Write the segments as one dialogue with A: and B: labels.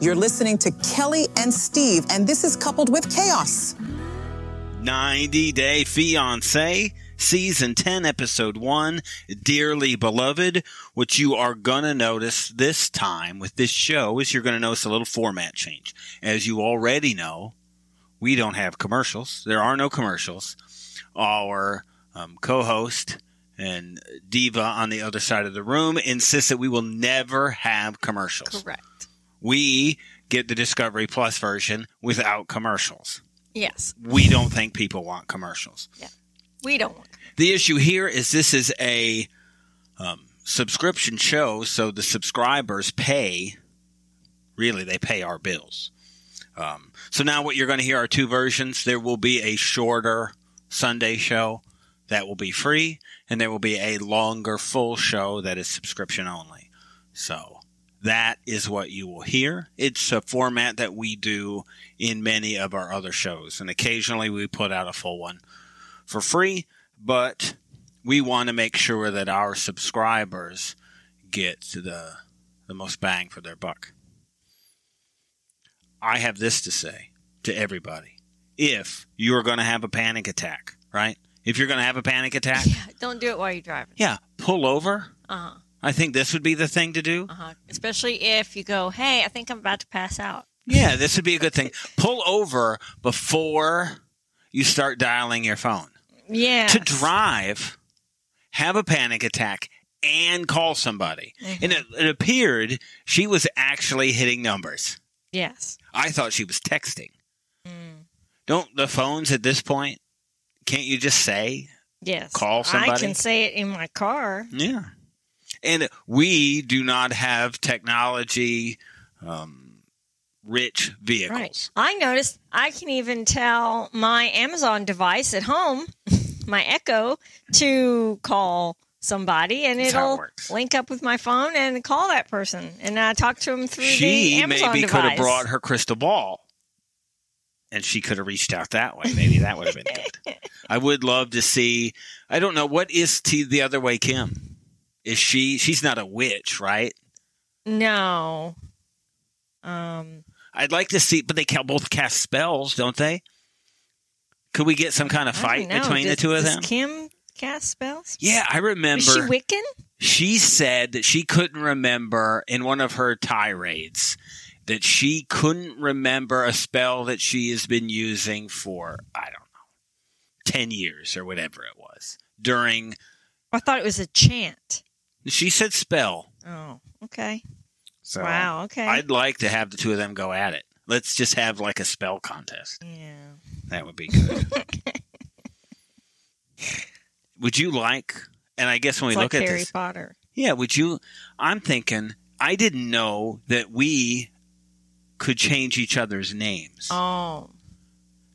A: You're listening to Kelly and Steve, and this is coupled with chaos.
B: 90 Day Fiance, Season 10, Episode 1, Dearly Beloved. What you are going to notice this time with this show is you're going to notice a little format change. As you already know, we don't have commercials, there are no commercials. Our um, co host and diva on the other side of the room insists that we will never have commercials.
C: Correct.
B: We get the Discovery Plus version without commercials
C: Yes.
B: we don't think people want commercials.
C: We don't want.
B: The issue here is this is a um, subscription show, so the subscribers pay. Really, they pay our bills. Um, so now what you're going to hear are two versions. There will be a shorter Sunday show that will be free, and there will be a longer full show that is subscription only. So that is what you will hear. It's a format that we do in many of our other shows, and occasionally we put out a full one for free, but we want to make sure that our subscribers get the the most bang for their buck. I have this to say to everybody. If you're going to have a panic attack, right? If you're going to have a panic attack,
C: Yeah. Don't do it while you're driving.
B: yeah, pull over.
C: Uh huh.
B: I think this would be the thing to do.
C: Uh huh. Especially if you go, hey, I think I'm about to pass out.
B: Yeah, this would be a good thing. Pull over before you start dialing your phone.
C: Yeah.
B: to drive, have a panic attack, and call somebody. And it, it appeared she was actually hitting numbers.
C: Yes.
B: I thought she was texting.
C: Mm.
B: Don't the phones at this point? Can't you just say?
C: Yes.
B: Call somebody?
C: I can say it in my car.
B: Yeah. And we do not have technology um, rich vehicles.
C: Right. I noticed I can even tell my Amazon device at home, my Echo, to call somebody and
B: That's how it
C: it'll
B: works.
C: link up with my phone and call that person. And I talk to them through
B: She
C: the Amazon
B: maybe
C: device.
B: could have brought her crystal ball and she could have reached out that way. Maybe that would have been good. I would love to see I don't know what is T the other way Kim? Is she she's not a witch, right?
C: No. Um
B: I'd like to see but they ca- both cast spells, don't they? Could we get some kind of
C: I
B: fight
C: don't know.
B: between
C: Does-
B: the two of
C: does
B: them?
C: Kim cast spells?
B: yeah, I remember
C: Is she Wiccan?
B: she said that she couldn't remember in one of her tirades that she couldn't remember a spell that she has been using for I don't know 10 years or whatever it was during
C: I thought it was a chant.
B: she said spell
C: Oh, okay.
B: so
C: wow, okay.
B: I'd like to have the two of them go at it let's just have like a spell contest
C: yeah.
B: that would be good would you like and I guess when we
C: It's
B: look
C: like
B: at
C: Harry
B: this
C: Potter.
B: Yeah, would you? I'm thinking, I didn't know that we could change each other's names.
C: Oh.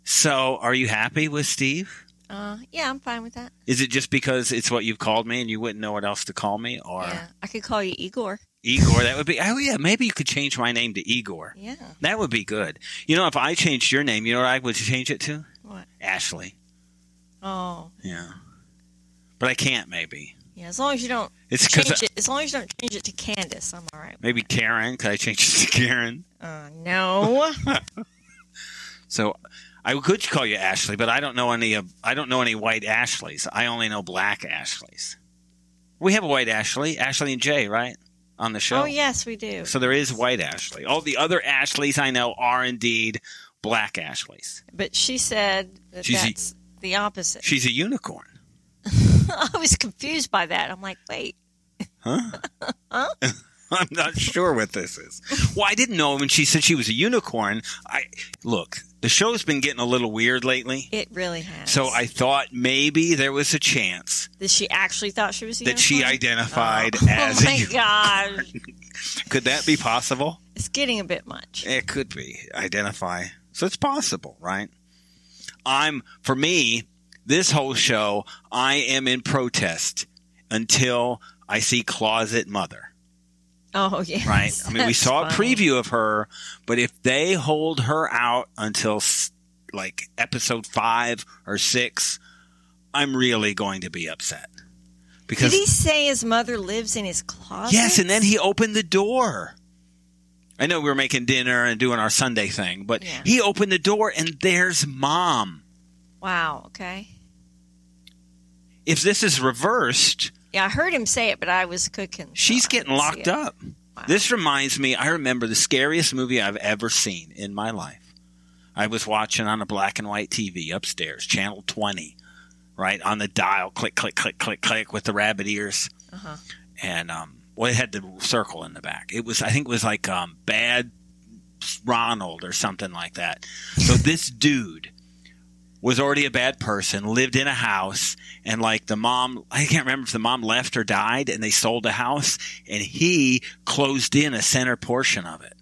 B: So, are you happy with Steve?
C: Uh, yeah, I'm fine with that.
B: Is it just because it's what you've called me and you wouldn't know what else to call me? Or
C: Yeah, I could call you Igor.
B: Igor? That would be, oh, yeah, maybe you could change my name to Igor.
C: Yeah.
B: That would be good. You know, if I changed your name, you know what I would change it to?
C: What?
B: Ashley.
C: Oh,
B: Yeah. But I can't, maybe.
C: yeah. As long as you don't
B: It's
C: change
B: because
C: it, as long as you don't change it to Candace, I'm all right.
B: maybe Karen. Could I change it to Karen?
C: Uh, no.
B: So I could call you Ashley, but I don't know any of I don't know any white Ashleys. I only know black Ashleys. We have a white Ashley, Ashley and Jay, right? On the show.
C: oh yes, we do.
B: So there is white Ashley. All the other Ashleys I know are indeed black Ashleys.
C: But she said that
B: She's e a-
C: that's the opposite.
B: She's a unicorn.
C: I was confused by that. I'm like, wait.
B: I'm not sure what this is. Well, I didn't know when she said she was a unicorn. I look, the show's been getting a little weird lately.
C: It really has.
B: So I thought maybe there was a chance
C: that she actually thought she was a
B: that she
C: unicorn?
B: identified
C: Oh.
B: as
C: Oh
B: a
C: my
B: unicorn.
C: gosh,
B: Could that be possible?
C: it's getting a bit much.
B: It could be. Identify. So it's possible, right? I'm, for me, this whole show, I am in protest until I see Closet Mother,
C: Oh yes.
B: right? I mean, we
C: that's
B: saw
C: funny.
B: a preview of her, but if they hold her out until s- like episode five or six, I'm really going to be upset.
C: Did
B: Because
C: he say his mother lives in his closet?
B: Yes, and then he opened the door. I know we were making dinner and doing our Sunday thing, but
C: Yeah.
B: he opened the door and there's mom.
C: Wow. Okay.
B: If this is reversed,
C: Yeah, I heard him say it, but I was cooking. so
B: she's
C: I
B: getting
C: didn't see
B: locked
C: it.
B: up. This reminds me, I remember the scariest movie I've ever seen in my life. I was watching on a black and white TV upstairs, channel 20, right? On the dial, click, click, click, click, click with the rabbit ears.
C: Uh-huh.
B: And, um, well, it had the circle in the back. It was, I think it was like, um, Bad Ronald or something like that. So this dude was already a bad person, lived in a house, and like the mom, I can't remember if the mom left or died, and they sold the house, and he closed in a center portion of it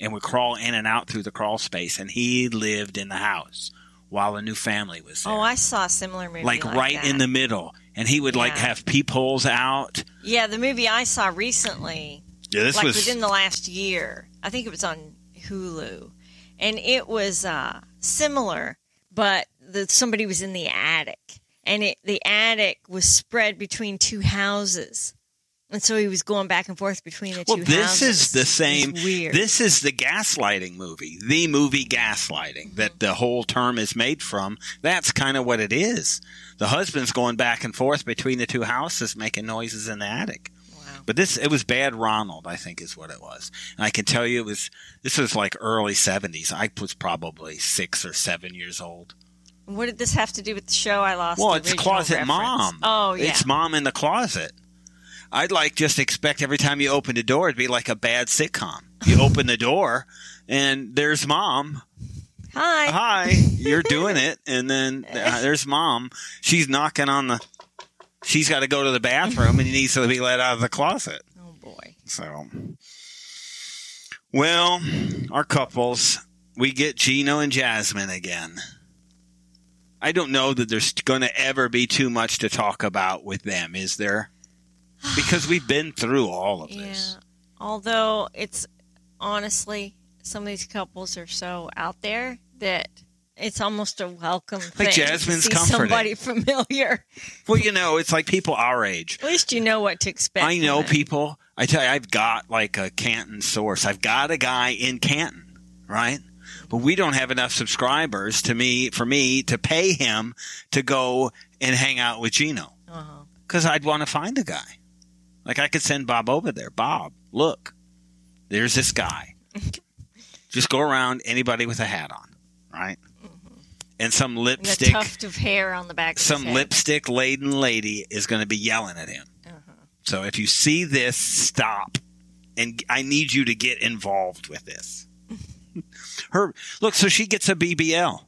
B: and would crawl in and out through the crawl space, and he lived in the house while a new family was there.
C: Oh, I saw a similar movie.
B: like,
C: Like,
B: right in the
C: that.
B: middle, and he would like
C: Yeah.
B: have peepholes out.
C: Yeah, the movie I saw recently,
B: Yeah, this
C: like
B: was
C: within the last year, I think it was on Hulu, and it was uh, similar, but the, somebody was in the attic, and it, the attic was spread between two houses. And so he was going back and forth between the
B: well.
C: two
B: This
C: houses.
B: is the same.
C: It's weird.
B: This is the gaslighting movie, the movie gaslighting that the whole term is made from. That's kind of what it is. The husband's going back and forth between the two houses, making noises in the attic.
C: Wow.
B: But this, it was Bad Ronald, I think, is what it was. And I can tell you, it was this was like early seventies. I was probably six or seven years old.
C: What did this have to do with the show I lost?
B: Well,
C: the
B: it's
C: original
B: closet
C: reference?
B: mom.
C: Oh, yeah.
B: it's mom in the closet. I'd like just expect every time you open the door, it'd be like a bad sitcom. You open the door, and there's mom.
C: Hi.
B: Hi, you're doing it, and then uh, there's mom. She's knocking on the. She's got to go to the bathroom, and he needs to be let out of the closet.
C: Oh, boy.
B: So, well, our couples, we get Gino and Jasmine again. I don't know that there's going to ever be too much to talk about with them, is there? Because we've been through all of
C: Yeah.
B: this.
C: Although it's honestly, some of these couples are so out there that it's almost a welcome thing.
B: Jasmine's
C: to see
B: comforting.
C: somebody familiar.
B: Well, you know, it's like people our age.
C: At least you know what to expect.
B: I know
C: from it.
B: people. I tell you, I've got like a Canton source. I've got a guy in Canton, right? But we don't have enough subscribers to me for me to pay him to go and hang out with Gino.
C: Uh-huh.
B: because I'd want to find a guy. Like I could send Bob over there. Bob, look, there's this guy. Just go around anybody with a hat on, right? And some
C: Mm-hmm. And the
B: lipstick,
C: tuft of hair on the back.
B: some
C: of his head.
B: lipstick laden lady is going to be yelling at him.
C: Uh-huh.
B: So if you see this, stop. And I need you to get involved with this. Her look, so she gets a BBL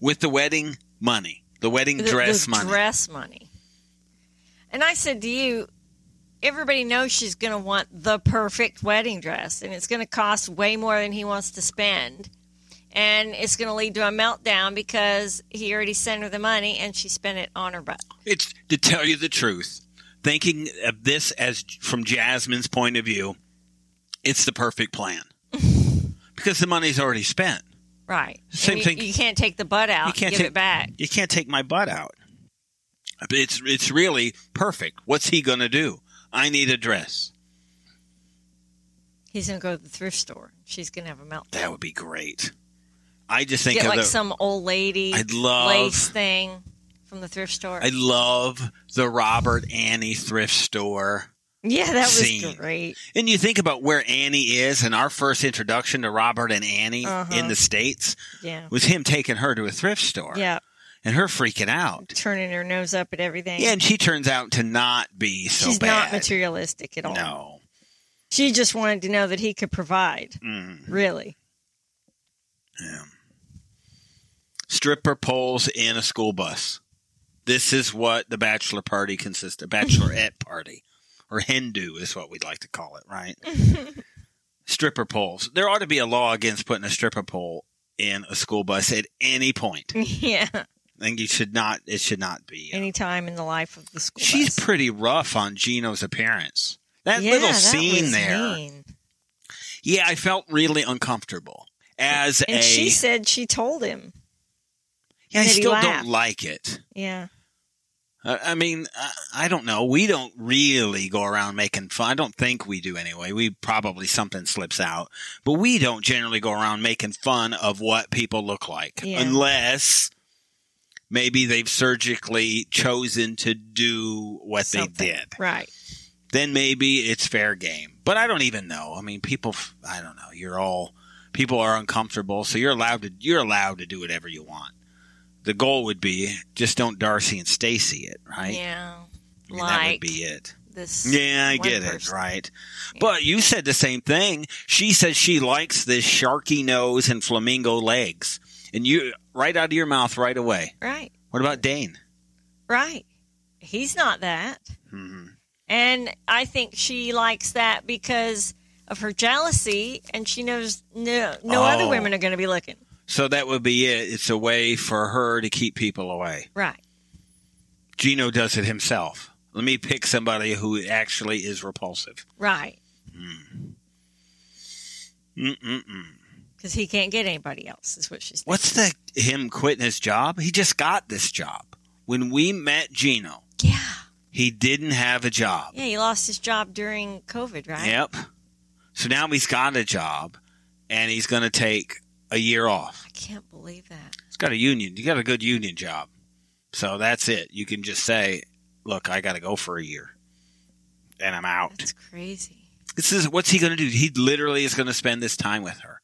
B: with the wedding money, the wedding
C: The-
B: dress
C: the
B: money.
C: Dress money. And I said to you, everybody knows she's going to want the perfect wedding dress, and it's going to cost way more than he wants to spend. And it's going to lead to a meltdown because he already sent her the money and she spent it on her butt.
B: It's to tell you the truth. Thinking of this as from Jasmine's point of view, it's the perfect plan because the money's already spent.
C: Right. And
B: Same
C: you,
B: thing-
C: You can't take the butt out.
B: You can't
C: give
B: take-
C: it back.
B: You can't take my butt out. It's it's really perfect. What's he gonna do? I need a dress.
C: He's going to go to the thrift store. She's going to have a meltdown.
B: That would be great. I just think
C: Get
B: of
C: like
B: the,
C: some old lady
B: I'd love-
C: lace thing from the thrift store.
B: I love the Robert Annie thrift store.
C: yeah, that was
B: Scene.
C: great.
B: And you think about where Annie is and our first introduction to Robert and Annie
C: Uh-huh.
B: in the States
C: Yeah.
B: was him taking her to a thrift store.
C: Yeah.
B: and her freaking out.
C: turning her nose up at everything.
B: Yeah, and she turns out to not be so
C: she's
B: bad.
C: not materialistic at all.
B: No.
C: She just wanted to know that he could provide.
B: Mm.
C: Really,
B: Yeah. Stripper poles in a school bus. This is what the bachelor party consists of. Bachelorette party, or Hindu is what we'd like to call it, right? stripper poles. There ought to be a law against putting a stripper pole in a school bus at any point.
C: yeah.
B: I think you should not. It should not be. uh,
C: Any time in the life of the school,
B: She's
C: bus.
B: pretty rough on Gino's appearance. That
C: Yeah,
B: little
C: that
B: scene
C: was
B: there.
C: mean.
B: Yeah, I felt really uncomfortable as
C: and
B: a.
C: she said she told him.
B: yeah, I
C: that he
B: still
C: laughed.
B: don't like it.
C: Yeah,
B: I I mean, I- I don't know. We don't really go around making fun. I don't think we do anyway. We probably something slips out, but we don't generally go around making fun of what people look like
C: Yeah.
B: unless maybe they've surgically chosen to do what
C: Something.
B: they did.
C: Right.
B: Then maybe it's fair game. But I don't even know. I mean, people, f- I don't know. You're all, people are uncomfortable. So you're allowed to, you're allowed to do whatever you want. The goal would be just don't Darcy and Stacy it, right?
C: yeah.
B: I mean, that would
C: Like
B: be it.
C: this.
B: Yeah, I
C: one
B: get it.
C: person.
B: Right. But you said the same thing. She said she likes this sharky nose and flamingo legs. And you, right out of your mouth right away.
C: Right.
B: What about Dane?
C: Right. He's not that.
B: hmm
C: And I think she likes that because of her jealousy and she knows no, no other
B: Oh.
C: women are going to be looking.
B: So that would be it. It's a way for her to keep people away.
C: Right.
B: Gino does it himself. Let me pick somebody who actually is repulsive.
C: Right.
B: Mm-mm-mm.
C: Because he can't get anybody else, is what she's
B: What's the him quitting his job? He just got this job. When we met Gino,
C: Yeah.
B: he didn't have a job.
C: Yeah, he lost his job during COVID, right?
B: Yep. So now he's got a job and he's going to take a year off.
C: I can't believe that.
B: He's got a union. You got a good union job. So that's it. You can just say, look, I got to go for a year and I'm out.
C: That's crazy.
B: This is what's he going to do? He literally is going to spend this time with her.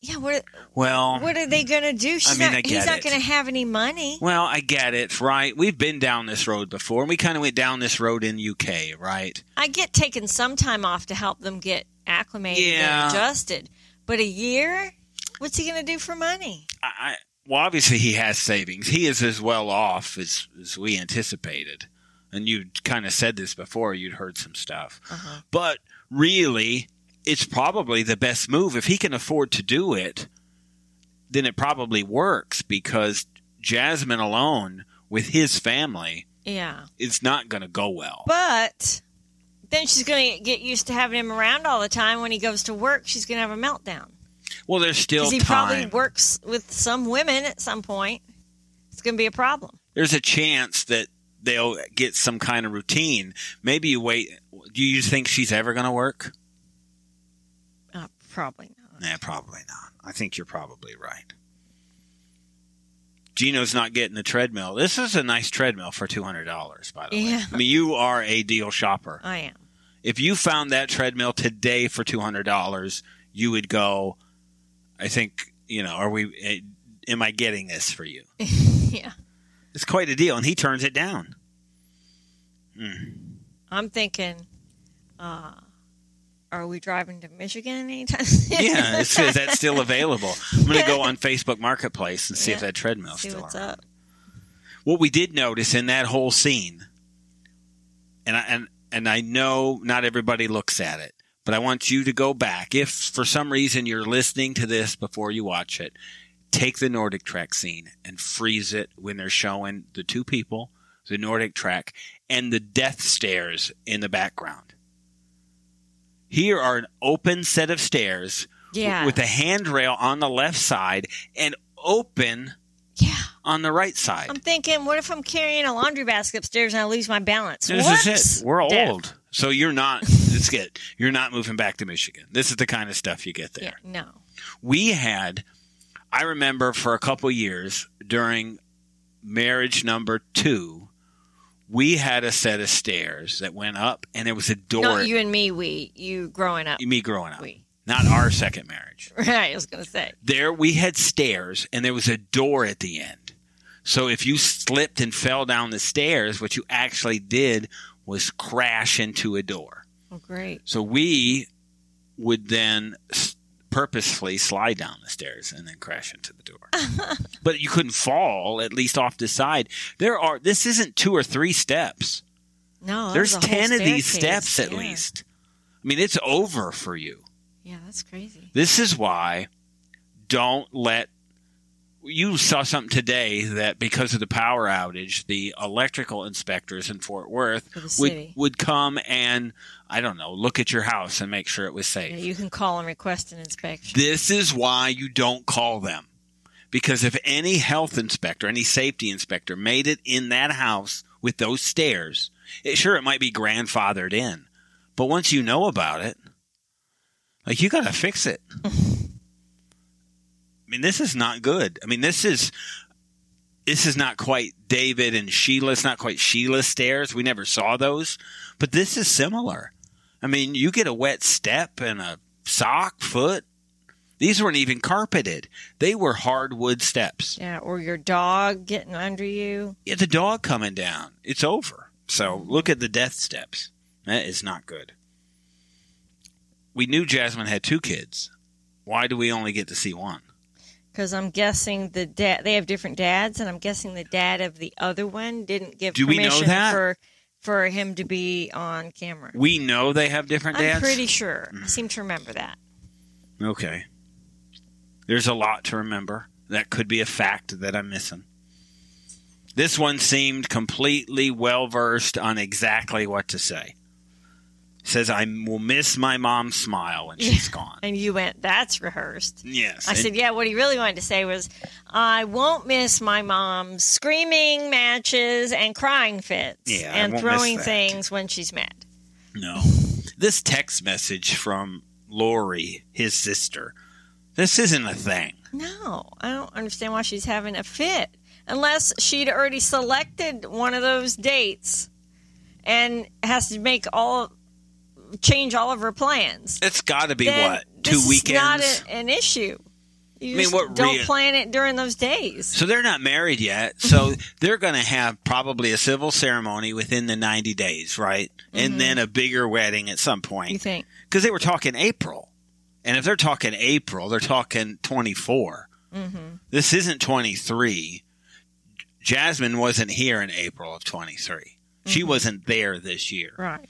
C: Yeah, what
B: Well,
C: what are they going to do? She's
B: mean,
C: not,
B: I
C: he's
B: get
C: not
B: it.
C: going to have any money.
B: well, I get it, right? We've been down this road before. And we kind of went down this road in UK, right?
C: I get taking some time off to help them get acclimated
B: Yeah.
C: and adjusted, but a year? What's he going to do for money?
B: I, I well, obviously he has savings. He is as well off as as we anticipated, and you kind of said this before. You'd heard some stuff,
C: Uh-huh.
B: but really, it's probably the best move if he can afford to do it. Then it probably works because Jasmine alone with his family
C: Yeah.
B: is not going to go well.
C: But then she's going to get used to having him around all the time. When he goes to work, she's going to have a meltdown.
B: Well, there's still
C: Because he probably
B: time.
C: works with some women at some point. It's going to be a problem.
B: there's a chance that they'll get some kind of routine. Maybe you wait. Do you think she's ever going to work?
C: Uh, probably not.
B: Nah, probably not. I think you're probably right. Gino's not getting a treadmill. This is a nice treadmill for two hundred dollars, by the way.
C: Yeah.
B: I mean, you are a deal shopper.
C: I am.
B: If you found that treadmill today for two hundred dollars, you would go. I think you know. Are we? eh, Am I getting this for you?
C: yeah.
B: It's quite a deal, and he turns it down. Hmm.
C: I'm thinking, uh, are we driving to Michigan anytime soon?
B: Yeah, it's, is that still available? I'm going to go on Facebook Marketplace and see if
C: Yeah.
B: that treadmill's
C: See
B: still
C: what's
B: around.
C: up.
B: what we did notice in that whole scene, and I, and and I know not everybody looks at it, but I want you to go back. If for some reason you're listening to this before you watch it, take the Nordic track scene and freeze it when they're showing the two people, the Nordic track, and the death stairs in the background. Here are an open set of stairs
C: Yeah.
B: with a handrail on the left side and open
C: yeah.
B: on the right side.
C: I'm thinking, what if I'm carrying a laundry basket upstairs and I lose my balance?
B: This
C: Whoops.
B: is it. We're old.
C: Death.
B: So you're not it's good. You're not moving back to Michigan. This is the kind of stuff you get there.
C: Yeah. No.
B: We had I remember for a couple years during marriage number 2, we had a set of stairs that went up and there was a door
C: Not you and me. We. You growing up.
B: me growing up.
C: We.
B: Not our second marriage.
C: Right. I was going to say.
B: There we had stairs and there was a door at the end. So if you slipped and fell down the stairs, what you actually did was crash into a door.
C: Oh, great.
B: So we would then s- purposefully slide down the stairs and then crash into the door. but you couldn't fall, at least off the side. There are this isn't two or three steps.
C: No. that was
B: There's
C: a whole
B: ten of these
C: staircase.
B: steps at
C: Yeah.
B: least. I mean, it's over for you.
C: Yeah, that's crazy.
B: This is why don't let you saw something today that because of the power outage, the electrical inspectors in Fort Worth
C: For the
B: would,
C: city.
B: would come and I don't know, look at your house and make sure it was safe.
C: Yeah, you can call and request an inspection.
B: This is why you don't call them. Because if any health inspector, any safety inspector made it in that house with those stairs, it, sure, it might be grandfathered in, but once you know about it, like you got to fix it. I mean, this is not good. I mean, this is this is not quite David and Sheila. It's not quite Sheila stairs. We never saw those, but this is similar. I mean, you get a wet step and a sock foot. These weren't even carpeted. They were hardwood steps.
C: Yeah, or your dog getting under you.
B: Yeah, the dog coming down. It's over. So look at the death steps. That is not good. We knew Jasmine had two kids. Why do we only get to see one?
C: Because I'm guessing the dad, they have different dads, and I'm guessing the dad of the other one didn't give
B: Do we know
C: permission
B: that?
C: for for him to be on camera.
B: We know they have different dads. Mm-hmm.
C: I'm pretty sure. I seem to remember that.
B: Okay. There's a lot to remember. That could be a fact that I'm missing. This one seemed completely well versed on exactly what to say. Says, I will miss my mom's smile when she's gone.
C: And you went, that's rehearsed.
B: Yes.
C: I
B: and-
C: said, yeah, what he really wanted to say was, I won't miss my mom's screaming matches and crying fits
B: Yeah, I won't
C: and
B: miss
C: throwing
B: that."
C: things when she's mad.
B: No. This text message from Lori, his sister, this isn't a thing.
C: No, I don't understand why she's having a fit unless she'd already selected one of those dates and has to make all change all of her plans.
B: It's got to be
C: Then
B: what?
C: this
B: Two weekends?
C: Is not a, an issue.
B: I
C: You
B: mean,
C: just
B: what
C: don't
B: rea-
C: plan it during those days.
B: So they're not married yet. So they're going to have probably a civil ceremony within the 90 days, right? And then a bigger wedding at some
C: You
B: point.
C: think?
B: Because they were talking April. And if they're talking April, they're talking 24. This isn't 23. J- Jasmine wasn't here in April of 23. She wasn't there this year.
C: Right.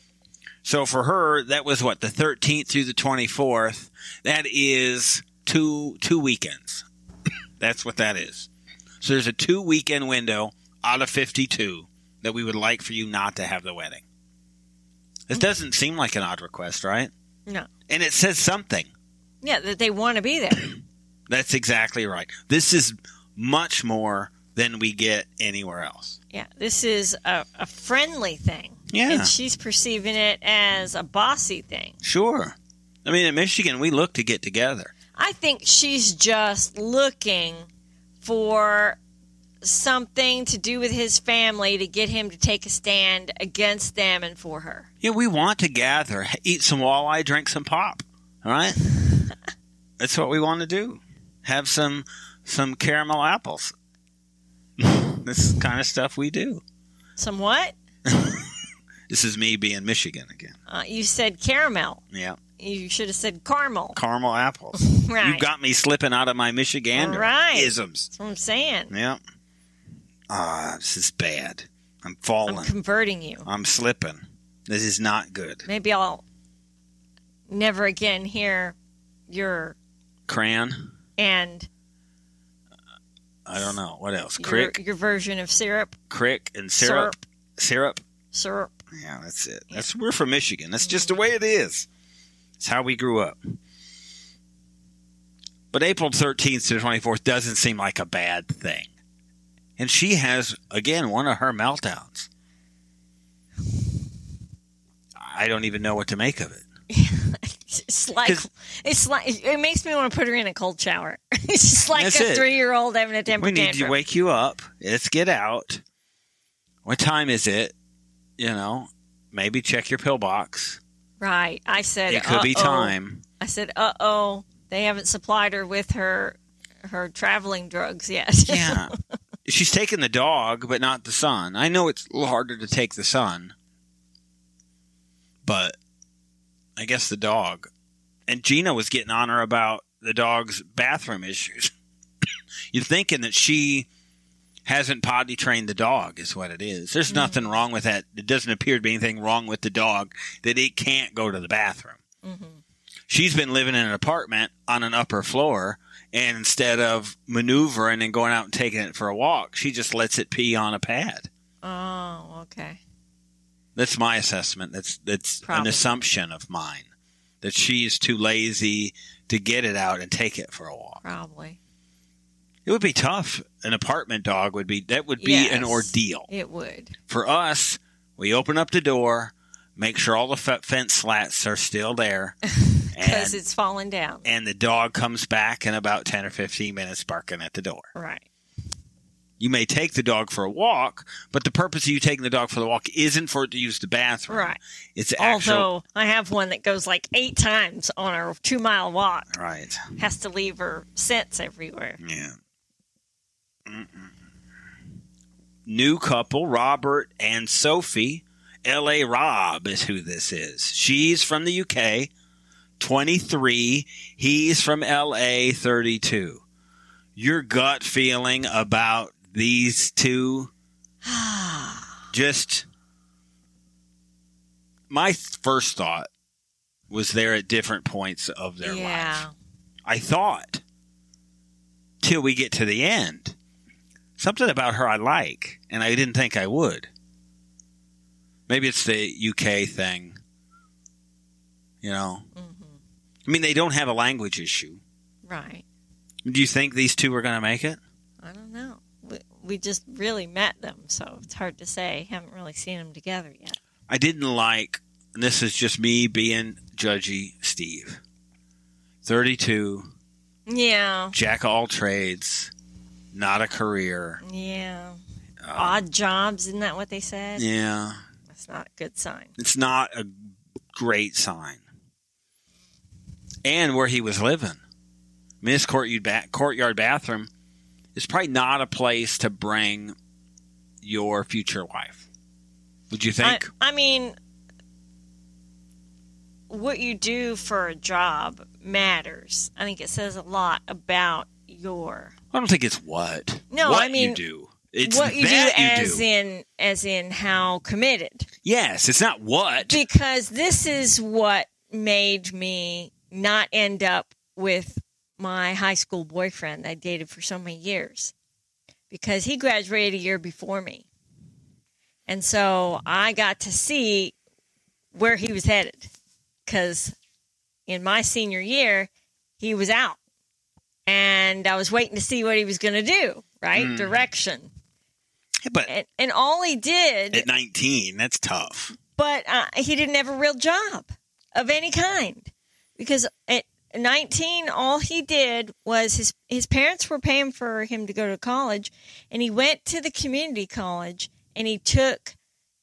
B: So for her, that was what the 13th through the 24th. That is two two weekends. That's what that is. So there's a two weekend window out of 52 that we would like for you not to have the wedding. This doesn't seem like an odd request, right?
C: No.
B: And it says something.
C: Yeah, that they want to be there.
B: That's exactly right. This is much more than we get anywhere else.
C: Yeah, this is a, a friendly thing.
B: Yeah.
C: And she's perceiving it as a bossy thing.
B: Sure. I mean, in Michigan, we look to get together.
C: I think she's just looking for something to do with his family to get him to take a stand against them and for her.
B: Yeah, we want to gather, eat some walleye, drink some pop. All right, that's what we want to do. Have some some caramel apples. this is the kind of stuff we do.
C: Somewhat?
B: This is me being Michigan again.
C: Uh, you said caramel.
B: Yeah,
C: You should have said caramel.
B: caramel apples.
C: Right.
B: You got me slipping out of my Michigander
C: Right.
B: isms.
C: That's what I'm saying.
B: Yeah. Ah, this is bad. I'm
C: I'm
B: falling.
C: converting you.
B: I'm slipping. This is not good.
C: Maybe I'll never again hear your
B: Cran.
C: and
B: I don't know what else.
C: your,
B: Crick,
C: your version of syrup.
B: crick, and syrup. Syrup.
C: Syrup.
B: Yeah, that's it. That's we're from Michigan. That's just the way it is. It's how we grew up. But April 13th to 24th doesn't seem like a bad thing. And she has again one of her meltdowns. I don't even know what to make of it.
C: It's like
B: 'Cause-
C: it's like it makes me want to put her in a cold shower. it's just like
B: That's
C: a
B: it.
C: three-year-old having a temper
B: We need to
C: tantrum.
B: wake you up. Let's get out. What time is it? You know, maybe check your pillbox.
C: Right? I said
B: It could be
C: "Uh-oh."
B: time.
C: I said, "Uh oh, they haven't supplied her with her her traveling drugs yet."
B: Yeah. She's taking the dog, but not the son. I know it's a little harder to take the son, but I guess the dog. And Gina was getting on her about the dog's bathroom issues. You're thinking that she hasn't potty trained the dog, is what it is. There's nothing wrong with that. It doesn't appear to be anything wrong with the dog that it can't go to the bathroom she's been living in an apartment on an upper floor and instead of maneuvering and going out and taking it for a walk she just lets it pee on a pad
C: oh, okay.
B: that's my assessment that's that's an
C: Probably.
B: assumption of mine that she's too lazy to get it out and take it for a walk
C: Probably.
B: It would be tough. An apartment dog would be that would be an
C: Yes.
B: ordeal
C: It would.
B: for us. We open up the door, make sure all the fe- fence slats are still there,
C: Because
B: and
C: it's fallen down.
B: and the dog comes back in about ten or fifteen minutes, barking at the door.
C: Right.
B: You may take the dog for a walk, but the purpose of you taking the dog for the walk isn't for it to use the bathroom.
C: Right.
B: It's actual.
C: Although I have one that goes like eight times on our two mile walk,
B: right.
C: has to leave her scents everywhere.
B: Yeah. Mm-mm. New couple, Robert and Sophie. L.A. Rob is who this is. She's from the UK, 23. He's from L.A., 32. Your gut feeling about these two just. My first thought was they're at different points of their life.
C: yeah.
B: I thought till we get to the end. Something about her I like, and I didn't think I would. Maybe it's the UK thing. You know?
C: hmm
B: I mean, they don't have a language issue.
C: Right.
B: Do you think these two are going to make it?
C: I don't know. We, we just really met them, so it's hard to say. Haven't really seen them together yet.
B: I didn't like, and this is just me being judgy, Steve. 32,
C: Yeah.
B: jack of all trades, not a career.
C: Yeah.
B: Um,
C: Odd jobs, isn't that what they said?
B: Yeah.
C: That's not a good sign.
B: It's not a great sign. And where he was living. I mean, this courtyard, ba- courtyard bathroom is probably not a place to bring your future wife. Would you think?
C: I, I mean, what you do for a job matters. I think it says a lot about your
B: I, don't think it's what.
C: No,
B: what
C: I mean,
B: you do. It's
C: what you do
B: that you
C: as
B: do.
C: in as in how committed.
B: yes, it's not what.
C: Because this is what made me not end up with my high school boyfriend I dated for so many years. Because he graduated a year before me. And so I got to see where he was headed. Because in my senior year, he was out. And I was waiting to see what he was going to do, right?
B: Mm.
C: Direction.
B: But
C: And, and all he did
B: at 19, that's tough.
C: but uh, he didn't have a real job of any kind because at 19 all he did was his his parents were paying for him to go to college and he went to the community college and he took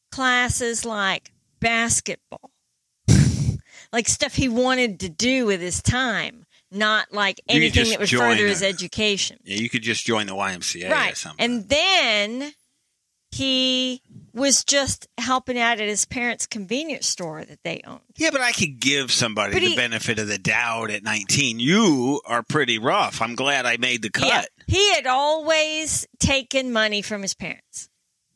C: classes like basketball like stuff he wanted to do with his time not like
B: You could
C: anything
B: just
C: that would
B: join
C: further
B: a-
C: his education
B: Yeah, you could just join the YMCA or
C: right.
B: something.
C: And then he was just helping out at his parents' convenience store that they owned.
B: Yeah, but I could give somebody
C: But
B: the
C: he-
B: benefit of the doubt at 19. You are pretty rough. I'm glad I made the cut.
C: Yeah. He had always taken money from his parents.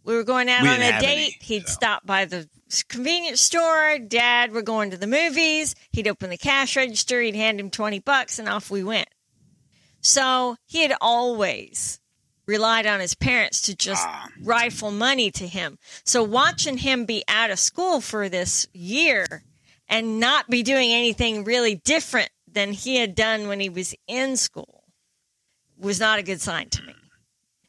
C: We were going out
B: We
C: on
B: didn't
C: a
B: have
C: date.
B: any,
C: He'd
B: so.
C: stop by the convenience store. Dad, we're going to the movies. He'd open the cash register. He'd hand him 20 bucks and off we went. So he had always relied on his parents to just
B: Ah.
C: rifle money to him. So watching him be out of school for this year and not be doing anything really different than he had done when he was in school was not a good sign to me.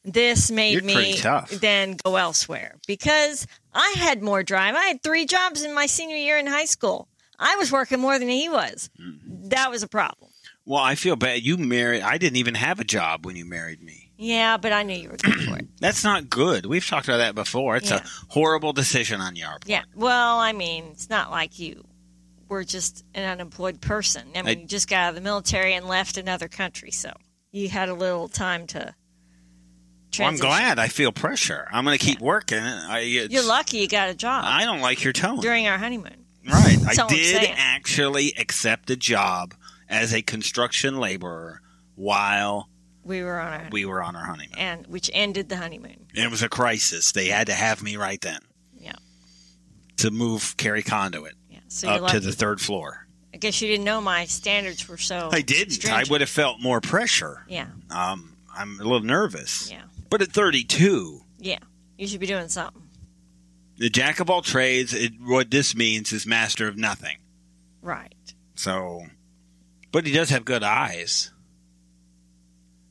C: This made
B: You're pretty
C: me
B: tough.
C: then go elsewhere because I had more drive. I had three jobs in my senior year in high school. I was working more than he was.
B: Mm-hmm.
C: That was a problem.
B: Well, I feel bad. You married. I didn't even have a job when you married me.
C: Yeah, but I knew you were good for it.
B: That's not good. We've talked about that before. It's
C: Yeah.
B: a horrible decision on your part.
C: Yeah. Well, I mean, it's not like you were just an unemployed person. I mean,
B: I-
C: you just got out of the military and left another country, so you had a little time to.
B: Well, I'm
C: Transition.
B: glad. I feel pressure. I'm going to keep working. I, it's-
C: You're lucky you got a job
B: I don't like your tone.
C: during our honeymoon.
B: right.
C: That's
B: I
C: all I'm
B: did
C: saying.
B: actually accept a job as a construction laborer while
C: We were on our honeymoon,
B: we were on our honeymoon.
C: and which ended the honeymoon.
B: It was a crisis. They had to have me right then.
C: Yeah.
B: to move Carrie Conduit
C: Yeah. So you're
B: up
C: lucky.
B: to the third floor.
C: I guess you didn't know my standards were so.
B: I didn't.
C: stringent.
B: I would have felt more pressure.
C: Yeah.
B: Um, I'm a little nervous.
C: Yeah.
B: But at 32,
C: Yeah. You should be doing something.
B: the jack of all trades, it, what this means is master of nothing.
C: Right.
B: So, but he does have good eyes.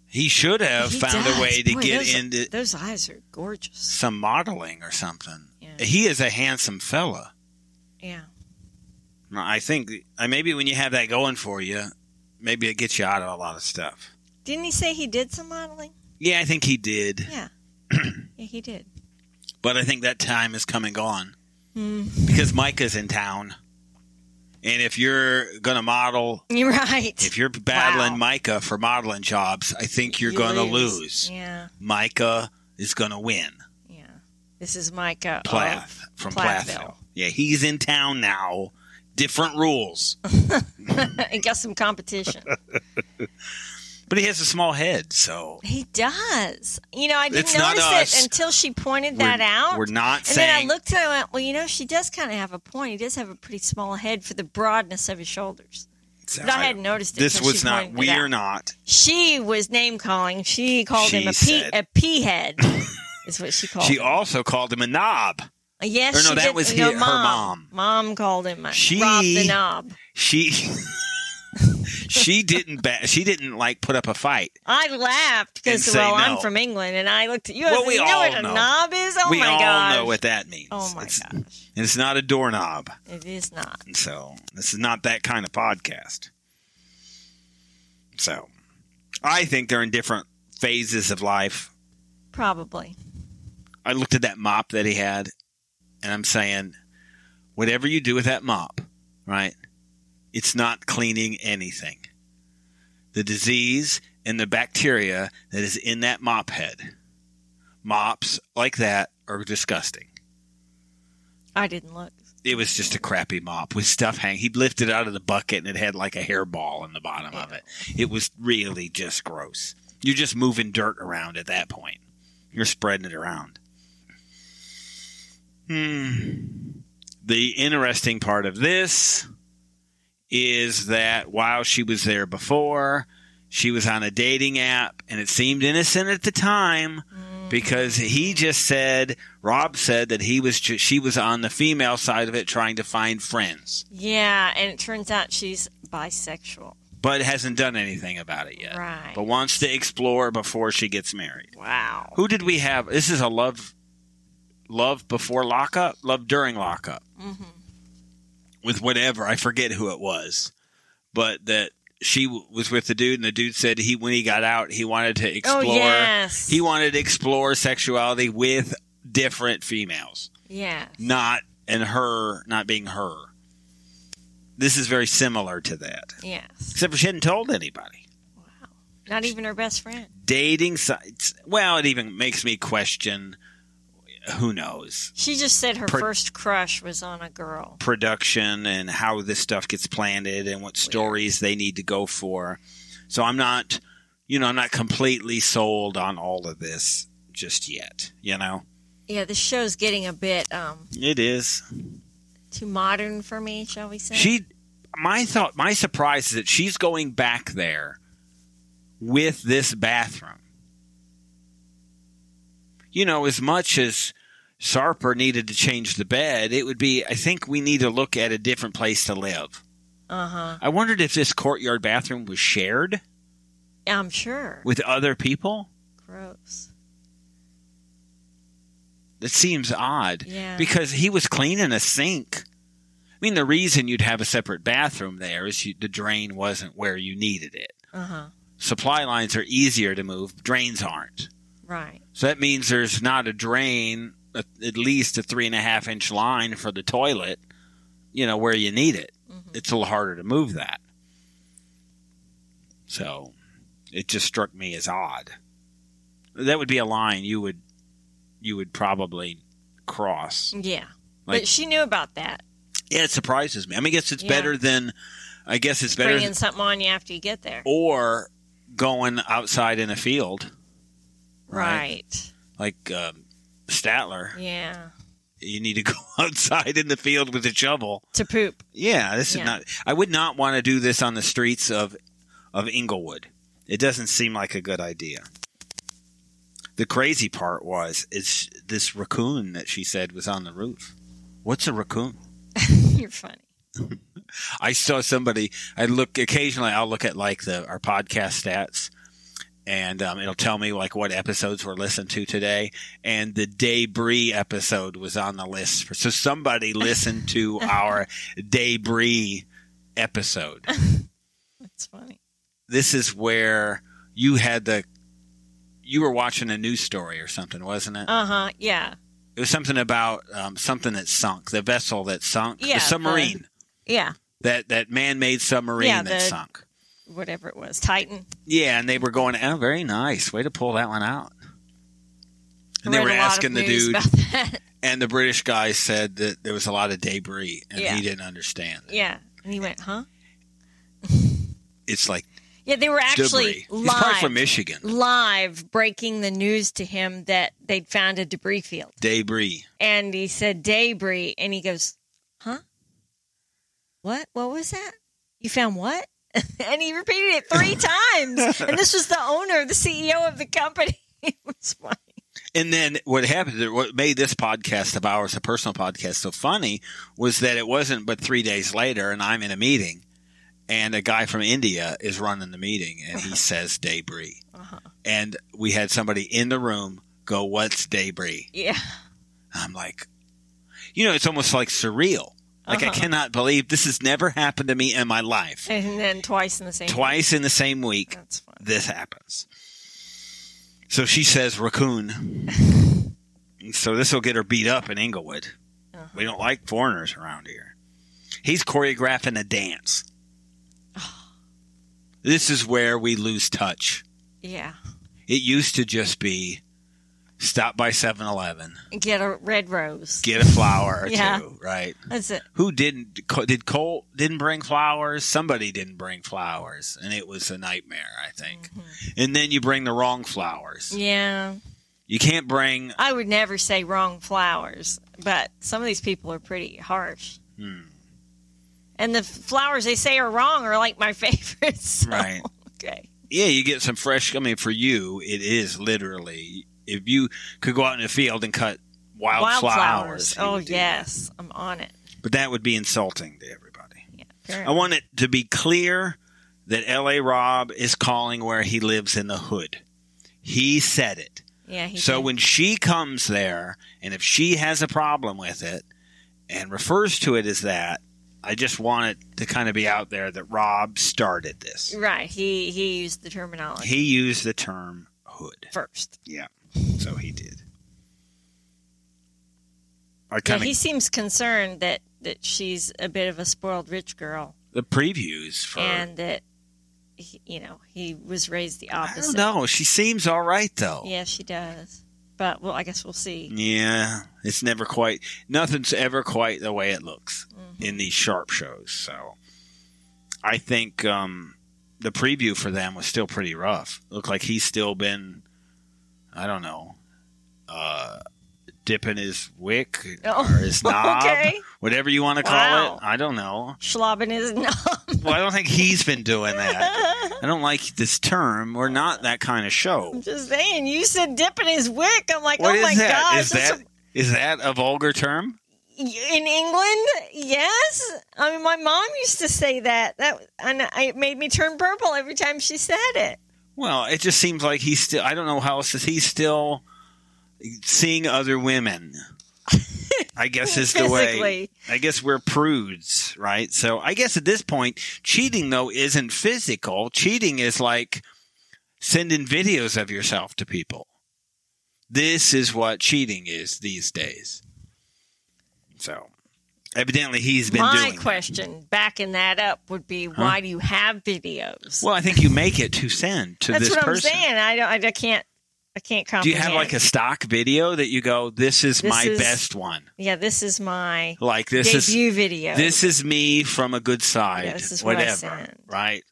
B: He should have
C: He
B: found
C: does.
B: a way to
C: Boy,
B: get
C: those,
B: into
C: Those eyes are gorgeous.
B: some modeling or something.
C: Yeah.
B: He is a handsome fella.
C: Yeah.
B: I think I maybe when you have that going for you, maybe it gets you out of a lot of stuff.
C: Didn't he say he did some modeling?
B: Yeah, I think he did,
C: Yeah. yeah, he did.
B: but I think that time is come and gone
C: Hmm.
B: because Micah's in town, and if you're gonna model,
C: You're right.
B: if you're battling
C: Wow.
B: Micah for modeling jobs, I think you're
C: You
B: gonna lose.
C: Yeah.
B: Micah is gonna win.
C: Yeah. This is uh, Micah. of-
B: Plath from Plathville.
C: Oh, Plathville.
B: Yeah, he's in town now. Different rules,
C: and got some competition.
B: but he has a small head, so
C: he does. You know, I didn't
B: It's not
C: notice
B: us.
C: it until she pointed that
B: we're,
C: out.
B: We're not
C: and
B: saying.
C: then I looked and I went, well, you know, she does kind of have a point. He does have a pretty small head for the broadness of his shoulders. But I hadn't noticed it.
B: This
C: till she
B: was not.
C: pointed it
B: We
C: out.
B: are not.
C: She was name calling. She called
B: She
C: him a pea,
B: said.
C: a pea head, is what she called
B: She
C: him.
B: also called him a knob.
C: Yes,
B: Or no,
C: she
B: that
C: did.
B: was
C: no,
B: he- her
C: mom. Mom called him.
B: She-
C: She Rob the knob.
B: She she didn't ba- she didn't like put up a fight.
C: I laughed because
B: And say
C: well,
B: no.
C: I'm from England, and I looked at you. I
B: Well,
C: said,
B: we
C: you know
B: all
C: what a
B: know.
C: knob is? Oh
B: we
C: my
B: all
C: gosh!
B: know what that means.
C: oh my
B: it's,
C: gosh!
B: It's not a doorknob.
C: It is not.
B: And so this is not that kind of podcast. So I think they're in different phases of life.
C: Probably.
B: I looked at that mop that he had, and I'm saying, whatever you do with that mop, right? It's not cleaning anything. The disease and the bacteria that is in that mop head, mops like that are disgusting.
C: I didn't look.
B: It was just a crappy mop with stuff hanging. He lifted it out of the bucket and it had like a hairball in the bottom of it. It was really just gross. You're just moving dirt around at that point. You're spreading it around. Hmm. The interesting part of this is that while she was there before, she was on a dating app and it seemed innocent at the time because he just said Rob said that he was ju- she was on the female side of it trying to find friends
C: Yeah, and it turns out she's bisexual.
B: but hasn't done anything about it yet.
C: Right.
B: But wants to explore before she gets married.
C: Wow.
B: Who did we have? This is a love, love before lockup, love during lockup,
C: Mm-hmm.
B: with whatever I forget who it was, but that she w- was with the dude, and the dude said he when he got out he wanted to explore.
C: Oh, yes.
B: He wanted to explore sexuality with different females,
C: Yeah.
B: not and her not being her. This is very similar to that,
C: Yes.
B: except for she hadn't told anybody.
C: Not even her best friend.
B: dating sites. Well, it even makes me question. Who knows
C: She just said her
B: Per-
C: first crush was on a girl.
B: production and how this stuff gets planted and what stories they need to go for. So I'm not, you know, I'm not completely sold on all of this just yet. You know,
C: Yeah, this show's getting a bit um,
B: it is.
C: too modern for me, shall we say?
B: She, my thought, my surprise is that she's going back there with this bathroom. You know, as much as Sarper needed to change the bed, it would be, I think we need to look at a different place to live.
C: Uh huh.
B: I wondered if this courtyard bathroom was shared
C: I'm sure.
B: with other people.
C: Gross.
B: That seems odd.
C: Yeah.
B: Because he was cleaning a sink. I mean, the reason you'd have a separate bathroom there is you, the drain wasn't where you needed it.
C: Uh huh.
B: supply lines are easier to move, drains aren't.
C: Right.
B: So that means there's not a drain, a- at least a three and a half inch line for the toilet, you know, where you need it.
C: Mm-hmm.
B: It's a little harder to move that. So it just struck me as odd. That would be a line you would you would probably cross.
C: Yeah.
B: Like-
C: but she knew about that.
B: Yeah, it surprises me. I mean, I guess it's
C: Yeah.
B: better than I guess it's better Oh,
C: Bringing something on you after you get there.
B: or going outside in a field.
C: Right.
B: like um, Statler,
C: Yeah.
B: you need to go outside in the field with a shovel.
C: To poop.
B: Yeah, this
C: Yeah.
B: is not. I would not want to do this on the streets of of Inglewood. It doesn't seem like a good idea. The crazy part was is this raccoon that she said was on the roof. What's a raccoon?
C: You're funny.
B: I saw somebody. I look occasionally. I'll look at like the our podcast stats, and um, it'll tell me like what episodes were listened to today. And the debris episode was on the list, for, so somebody listened to our debris episode.
C: That's funny.
B: This is where you had the you were watching a news story or something, wasn't it?
C: Uh huh. Yeah.
B: It was something about um, something that sunk, the vessel that sunk,
C: Yeah,
B: the
C: the-
B: submarine,
C: Yeah.
B: that that man-made submarine
C: Yeah,
B: that
C: the-
B: sunk.
C: Whatever it was, Titan.
B: Yeah, and they were going, "Oh, very nice, way to pull that one out." And they
C: Read
B: were
C: a lot of
B: asking the
C: news
B: dude,
C: about that.
B: and the British guy said that there was a lot of debris, and
C: Yeah.
B: he didn't understand.
C: yeah, and he went, huh?
B: It's like
C: Yeah, they were
B: debris.
C: actually
B: He's probably
C: live,
B: from Michigan.
C: live breaking the news to him that they'd found a debris field,
B: Debris.
C: and he said debris, and he goes, huh? What? What was that? You found what? and he repeated it three times. And this was the owner, the CEO of the company. it was funny.
B: And then what happened, what made this podcast of ours, a personal podcast, so funny was that it wasn't but three days later, and I'm in a meeting, and a guy from India is running the meeting, and he says debris.
C: Uh-huh.
B: And we had somebody in the room go, What's debris?
C: Yeah.
B: I'm like, you know, it's almost like surreal. Like, I
C: Uh-huh.
B: cannot believe this has never happened to me in my life.
C: And then twice in the same.
B: Twice in the same week,
C: That's funny.
B: this happens. So she says raccoon. so this will get her beat up in Inglewood.
C: Uh-huh.
B: We don't like foreigners around here. He's choreographing a dance. this is where we lose touch.
C: Yeah.
B: It used to just be stop by 7 Eleven,
C: Get a red rose.
B: get a flower or
C: Yeah.
B: two, right?
C: That's it.
B: who didn't Co- did Cole didn't bring flowers? Somebody didn't bring flowers, and it was a nightmare. I think. And then you bring the wrong flowers.
C: Yeah.
B: You can't bring.
C: I would never say wrong flowers, but some of these people are pretty harsh.
B: Hmm.
C: And the flowers they say are wrong are like my favorites. so,
B: Right.
C: Okay.
B: Yeah, you get some fresh. I mean, for you, it is literally if you could go out in the field and cut wild, flowers.
C: Wildflowers.
B: you
C: Oh,
B: would do that.
C: yes. I'm on it.
B: but that would be insulting to everybody.
C: Yeah.
B: I want it to be clear that L.A. Rob is calling where he lives in the hood. He said it.
C: yeah. He
B: So
C: did.
B: when she comes there, and if she has a problem with it and refers to it as that, I just want it to kind of be out there that Rob started this.
C: Right. He, he used the terminology
B: He used the term hood.
C: first.
B: Yeah. So he did. I
C: Yeah,
B: kind
C: he
B: of
C: seems concerned that, that she's a bit of a spoiled rich girl.
B: the previews for
C: and that he- you know he was raised the
B: I don't
C: opposite.
B: know. She seems all right though.
C: Yeah, she does. But well, I guess we'll
B: Mm.
C: see.
B: Yeah, it's never quite. Nothing's ever quite the way it looks
C: Mm.
B: in these sharp shows. So, I think um, the preview for them was still pretty rough. Looked like he's still been, I don't know, uh, dipping his wick
C: Oh,
B: or his knob,
C: okay.
B: whatever you want to call
C: Wow.
B: it. I don't know.
C: Schlobbing is no.
B: Well, I don't think he's been doing that. I don't like this term. We're not that kind of show.
C: I'm just saying. You said dipping his wick. I'm like,
B: What
C: oh
B: is
C: my
B: that?
C: gosh,
B: Is
C: that's
B: that is that a vulgar term?
C: a- in England? Yes. I mean, my mom used to say that. That and I- it made me turn purple every time she said it.
B: Well, it just seems like he's still. I don't know how else is he's still seeing other women. I guess is the way.
C: Physically.
B: I guess we're prudes, right? So I guess at this point, cheating though isn't physical. Cheating is like sending videos of yourself to people. This is what cheating is these days. So evidently, he's been
C: my
B: doing. that.
C: question, backing that up, would be why do you have videos?
B: Well, I think you make it to send to
C: that's
B: this
C: what I'm
B: person.
C: saying. I don't. I can't. I can't comprehend.
B: Do you have like a stock video that you go, "This is
C: This
B: my
C: is-
B: best one"?
C: Yeah, this is my
B: Like this
C: debut
B: is
C: video.
B: this is me from a good side.
C: Yeah, this is what I
B: whatever,
C: sent. Uh-huh.
B: right?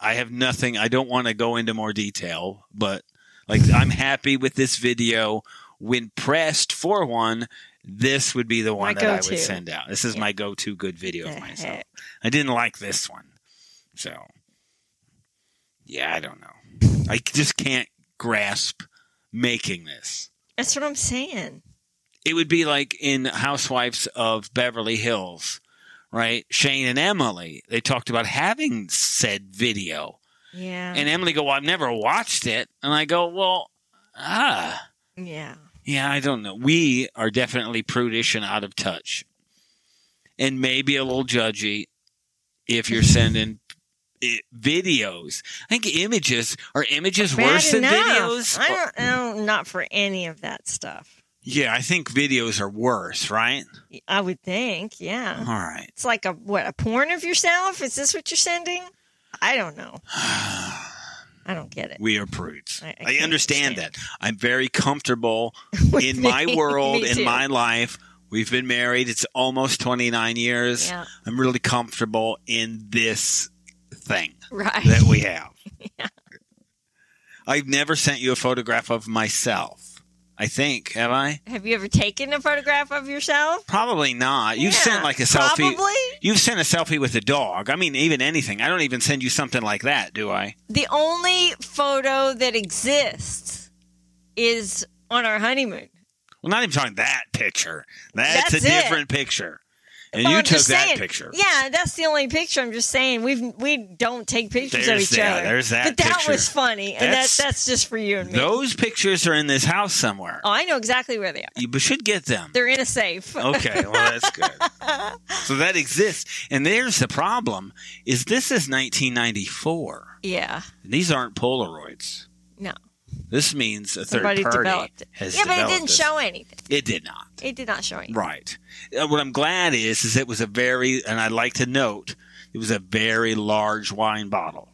B: I have nothing. I don't want to go into more detail, but like I'm happy with this video. When pressed for one, this would be the one that I
C: go-to.
B: would send out. This is
C: Yeah.
B: my go-to good video of
C: The
B: myself.
C: heck.
B: I didn't like this one, so yeah, I don't know. I just can't grasp making this.
C: That's what I'm saying.
B: it would be like in Housewives of Beverly Hills, right? Shane and Emily, they talked about having said video.
C: Yeah.
B: And Emily go, well, I've never watched it. And I go, well, ah.
C: yeah.
B: Yeah, I don't know. We are definitely prudish and out of touch. And maybe a little judgy if you're sending i- videos. I think images are images
C: Bad
B: worse than
C: enough.
B: videos.
C: I don't, I don't, not for any of that stuff.
B: Yeah, I think videos are worse, right?
C: I would think, yeah.
B: All right.
C: It's like a what a porn of yourself? Is this what you're sending? I don't know. I don't get it.
B: We are prudes.
C: I- I
B: I,
C: can't
B: understand
C: understand.
B: that. I'm very comfortable in my
C: me-
B: world,
C: me
B: in
C: too.
B: my life. We've been married. It's almost 29 years.
C: Yeah.
B: I'm really comfortable in this thing
C: Right.
B: that we have. I've never sent you a photograph of myself. I think have I?
C: Have you ever taken a photograph of yourself?
B: Probably not. You've sent
C: Yeah,
B: like a selfie.
C: Probably.
B: You've sent a selfie with a dog. I mean, even anything. I don't even send you something like that, do I?
C: The only photo that exists is on our honeymoon.
B: Well, not even talking that picture. That's,
C: That's
B: a
C: it.
B: different picture. And
C: Well,
B: you
C: I'm
B: took that
C: just saying-
B: picture.
C: Yeah, that's the only picture. I'm just saying we we don't take pictures of
B: There's
C: each
B: that-
C: other.
B: there's that
C: But that
B: picture.
C: was funny, and that's
B: That's-
C: that's just for you and me.
B: Those pictures are in this house somewhere.
C: Oh, I know exactly where they are.
B: You should get them.
C: They're in a safe.
B: Okay, well that's good. so that exists, and there's the problem: is this is 1994.
C: Yeah.
B: And these aren't Polaroids.
C: No.
B: This means a third
C: Somebody
B: party
C: developed it.
B: has
C: yeah, but it
B: developed
C: didn't
B: this.
C: show anything.
B: It did not.
C: It did not show anything.
B: Right. Uh, What I'm glad is, is it was a very, and I'd like to note, it was a very large wine bottle,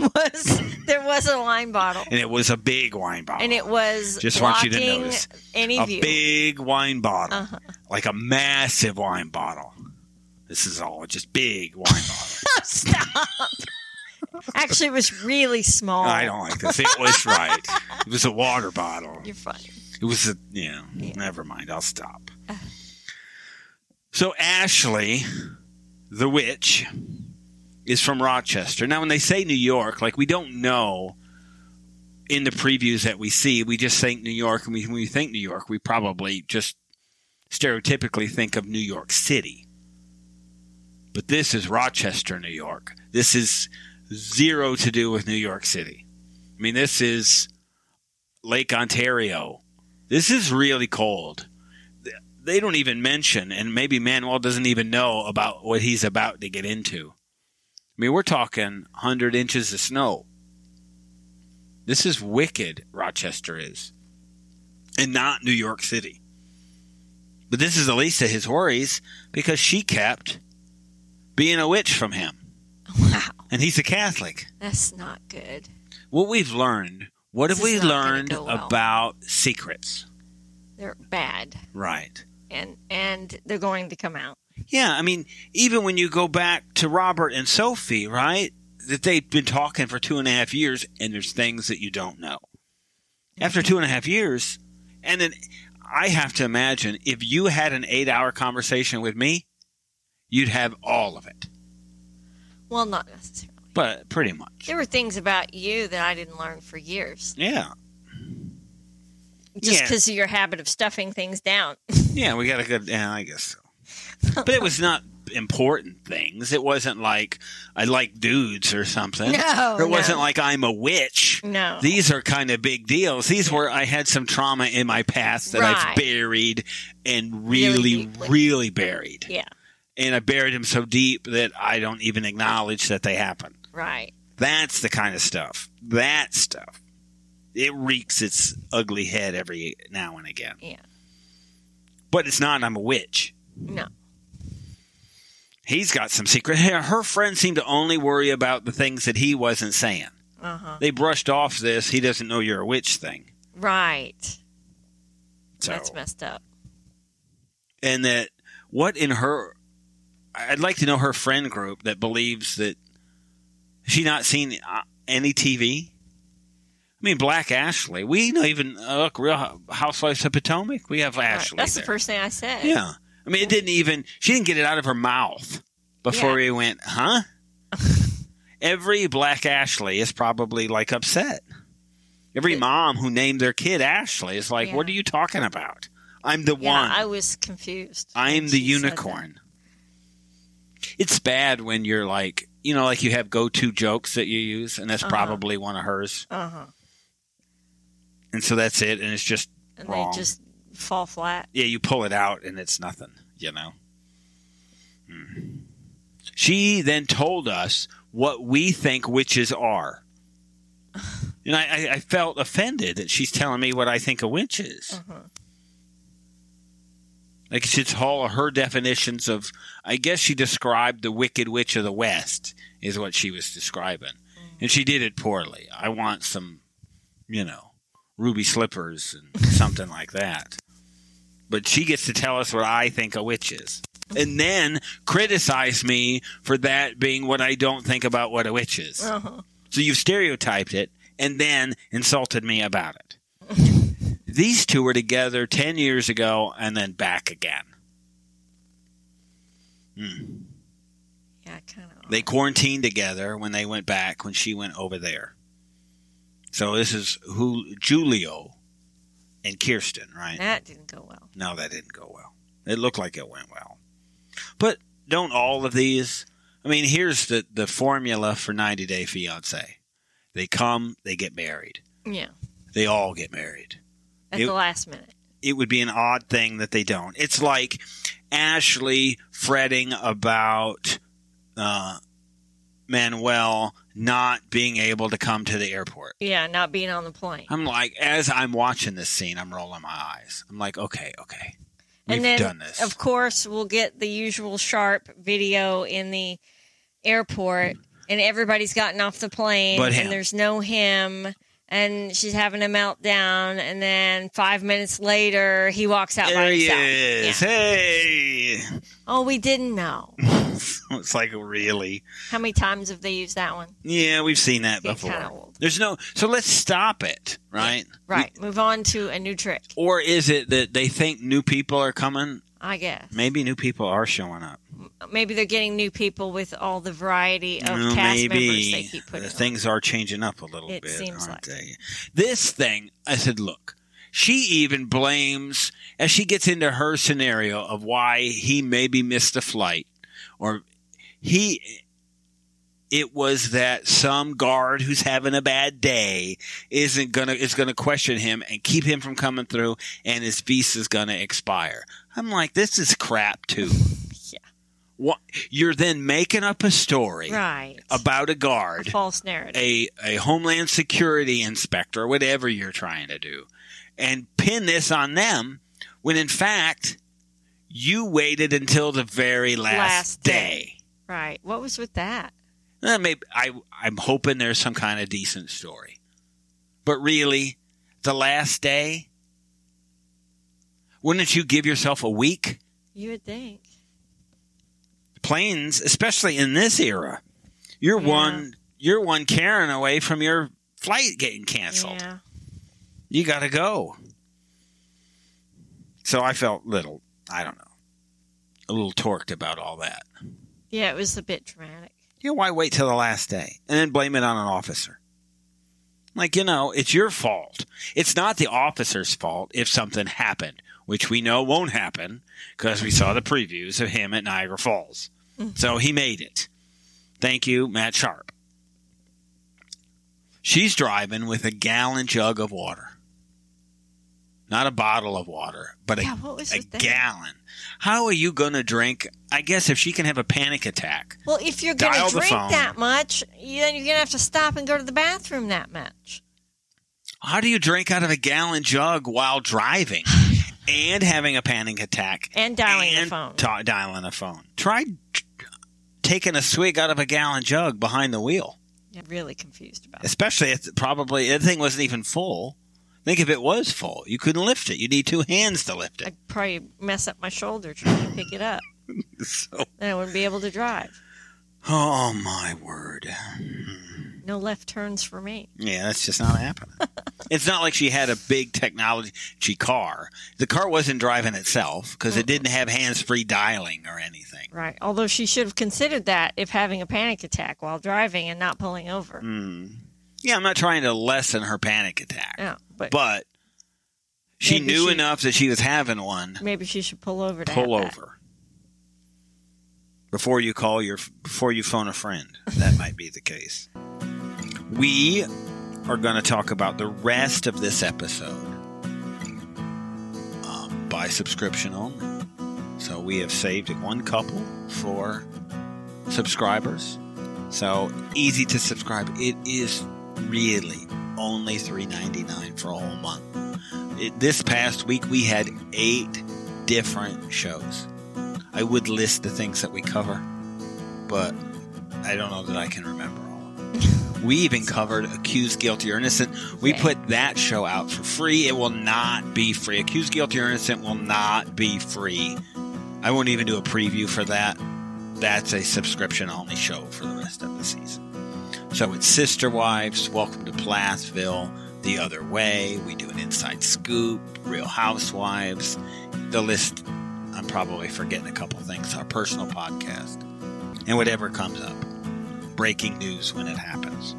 C: Was there was a wine bottle,
B: and it was a big wine bottle,
C: and it was
B: Just want you to
C: blocking
B: notice.
C: any
B: a
C: view.
B: big wine bottle,
C: Uh-huh.
B: like a massive wine bottle. This is all just big wine bottle.
C: Stop. Actually, it was really small.
B: I don't like this. It was right. It was a water bottle.
C: You're funny.
B: It was a yeah. Never mind. I'll stop. So Ashley, the witch, is from Rochester. Now, when they say New York, like we don't know in the previews that we see, we just think New York, and we, when we think New York, we probably just stereotypically think of New York City. But this is Rochester, New York. This is zero to do with New York City. I mean, this is Lake Ontario. This is really cold. Th- They don't even mention, and maybe Manuel doesn't even know about what he's about to get into. I mean, we're talking 100 inches of snow. This is wicked, Rochester is, and not New York City. But this is the least of his worries because she kept being a witch from him,
C: Wow,
B: and he's a Catholic
C: that's not good.
B: what we've learned what
C: This
B: have we
C: is not gonna
B: learned
C: go well.
B: about secrets
C: They're bad,
B: right
C: and and they're going to come out.
B: yeah i mean even when you go back to robert and sophie right that they've been talking for two and a half years and there's things that you don't know after two and a half years and then i have to imagine if you had an eight hour conversation with me you'd have all of it
C: Well, not necessarily.
B: but pretty much
C: There were things about you that I didn't learn for years,
B: yeah
C: just
B: Yeah.
C: because of your habit of stuffing things down.
B: Yeah, we got a good. Yeah, I guess so. But it was not important things. It wasn't like I like dudes or something.
C: No,
B: Or it wasn't
C: no.
B: like I'm a witch.
C: No.
B: These are kind of big deals. These were I had some trauma in my past that
C: Right.
B: I've buried and
C: Really
B: really,
C: deeply.
B: really, buried.
C: yeah,
B: And I buried them so deep that I don't even acknowledge that they happened.
C: right.
B: That's the kind of stuff. That stuff. It reeks its ugly head every now and again.
C: Yeah,
B: But it's not I'm a witch.
C: no.
B: He's got some secret. Her her friends seem to only worry about the things that he wasn't saying.
C: Uh huh.
B: They brushed off this. He doesn't know you're a witch thing.
C: Right.
B: So
C: That's messed up.
B: and that what in her? I'd like to know her friend group that believes that she not seen uh, any TV. I mean, Black Ashley. We know even uh, look Real Housewives of Potomac. We have
C: Right.
B: Ashley.
C: That's the
B: there.
C: first thing I said.
B: Yeah. I mean, it didn't even, she didn't get it out of her mouth before we went, huh? Every black Ashley is probably like upset. Every mom who named their kid Ashley is like,
C: Yeah.
B: what are you talking about? I'm the
C: Yeah,
B: one.
C: I was confused.
B: I am
C: when
B: the
C: she said that.
B: unicorn. It's bad when you're like you know, like you have go to jokes that you use, and that's probably one of hers.
C: Uh huh.
B: And so that's it, and it's just
C: And
B: wrong.
C: they just fall flat.
B: yeah, you pull it out and it's nothing, you know. Mm. She then told us what we think witches are. And I, I, I felt offended that she's telling me what I think a witch is.
C: Uh-huh.
B: Like it's all her definitions of. I guess she described the Wicked Witch of the West is what she was describing, and she did it poorly. I want some, you know, ruby slippers and something like that. But she gets to tell us what I think a witch is, and then criticize me for that being what I don't think about what a witch is.
C: Uh huh.
B: So you've stereotyped it and then insulted me about it. These two were together 10 years ago and then back again.
C: Yeah, kind of.
B: They quarantined together when they went back, when she went over there. So this is who Julio and Kirsten, right?
C: that didn't go well.
B: No, that didn't go well. It looked like it went well. But don't all of these I mean, here's the, the formula for 90 Day Fiance. They come, they get married.
C: Yeah,
B: They all get married.
C: at
B: It-
C: the last minute.
B: it would be an odd thing that they don't. It's like Ashley fretting about uh, Manuel not being able to come to the airport.
C: Yeah, not being on the plane.
B: I'm like, as I'm watching this scene, I'm rolling my eyes. I'm like, okay, okay, we've
C: and then,
B: done this.
C: of course, we'll get the usual sharp video in the airport, and everybody's gotten off the plane,
B: But him.
C: and there's no him, and she's having a meltdown, and then five minutes later, he walks out by
B: there he
C: himself.
B: is.
C: Yeah.
B: Hey,
C: Oh, we didn't know.
B: it's like really.
C: How many times have they used that one?
B: Yeah, we've seen that
C: Get kinda
B: before.
C: old.
B: There's no. So let's stop it, right?
C: Right. Move on to a new trick,
B: Or is it that they think new people are coming?
C: I guess.
B: Maybe new people are showing up.
C: Maybe they're getting new people with all the variety of
B: Well,
C: cast members they keep putting.
B: the
C: on.
B: things are changing up a little
C: It
B: bit.
C: seems
B: aren't
C: like.
B: they? This thing, I said, look, she even blames as she gets into her scenario of why he maybe missed a flight, or he. It was that some guard who's having a bad day isn't gonna is gonna question him and keep him from coming through, and his visa's gonna expire. I'm like, this is crap too.
C: Yeah.
B: What you're then making up a story
C: Right.
B: about a
C: A
B: guard,
C: false narrative.
B: a, a homeland security inspector, whatever you're trying to do, and pin this on them when in fact you waited until the very last,
C: Last
B: day.
C: day. right. What was with that?
B: Eh, maybe I, I'm hoping there's some kind of decent story. But really, the last day? Wouldn't you give yourself a week?
C: You would think.
B: planes, especially in this era, you're
C: Yeah.
B: one you're one Karen away from your flight getting canceled.
C: Yeah.
B: You got to go. So I felt little, I don't know, a little torqued about all that.
C: Yeah, it was a bit dramatic.
B: You know, why wait till the last day and then blame it on an officer? Like, you know, it's your fault. It's not the officer's fault if something happened, which we know won't happen because we saw the previews of him at Niagara Falls.
C: Mm-hmm.
B: So he made it. Thank you, Matt Sharp. She's driving with a gallon jug of water. Not a bottle of water, but a,
C: Yeah, what was
B: a
C: with that?
B: gallon. How are you going to drink? I guess if she can have a panic attack,
C: Well, if you're going
B: Dial
C: to
B: the
C: drink
B: phone.
C: that much, you- then you're going to have to stop and go to the bathroom that much.
B: How do you drink out of a gallon jug while driving and having a panic attack
C: And dialing the
B: and
C: phone.
B: ta- dialing a phone? Try t- taking a swig out of a gallon jug behind the wheel,
C: I'm really confused about it.
B: especially if probably the thing wasn't even full. Think if it was full, you couldn't lift it. You need two hands to lift it.
C: I'd probably mess up my shoulder trying to pick it up.
B: So-
C: Then I wouldn't be able to drive.
B: oh my word!
C: No left turns for me.
B: Yeah, that's just not happening. it's not like she had a big technology car. The car wasn't driving itself because it didn't have hands-free dialing or anything.
C: Right. Although she should have considered that if having a panic attack while driving and not pulling over.
B: Mm. Yeah, I'm not trying to lessen her panic attack,
C: Yeah. But,
B: but she
C: Maybe
B: knew
C: she-
B: enough that she was having one.
C: maybe she should pull over to
B: Pull
C: have that.
B: over. before you call your before you phone a friend. That might be the case. We are going to talk about the rest of this episode um, by subscription only. So we have saved one couple for subscribers. So easy to subscribe. It is really only $3.99 for a whole month. It, this past week we had eight different shows. I would list the things that we cover, but I don't know that I can remember all of them. We even covered Accused Guilty or Innocent. We
C: Okay.
B: put that show out for free. It will not be free. Accused Guilty or Innocent will not be free. I won't even do a preview for that. That's a subscription only show for the rest of the season. So it's Sister Wives, Welcome to Plathville, The Other Way. We do an inside scoop, Real Housewives. The list I'm probably forgetting a couple things. Our personal podcast and whatever comes up. Breaking news when it happens.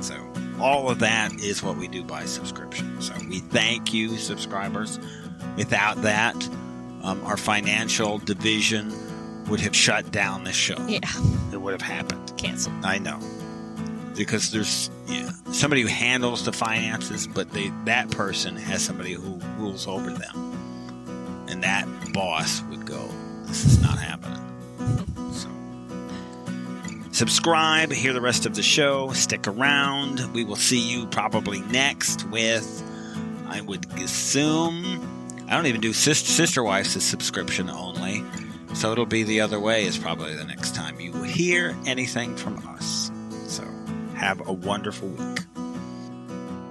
B: So all of that is what we do by subscription. So we thank you, subscribers. Without that, um, our financial division would have shut down this show.
C: Yeah,
B: It would have happened.
C: cancel.
B: I know. Because there's yeah, somebody who handles the finances, but they that person has somebody who rules over them. And that boss would go, This is not happening. So subscribe, hear the rest of the show, stick around. We will see you probably next with I would assume I don't even do sister, sister wives is subscription only. So it'll be the other way, is probably the next time you hear anything from us. So have a wonderful week.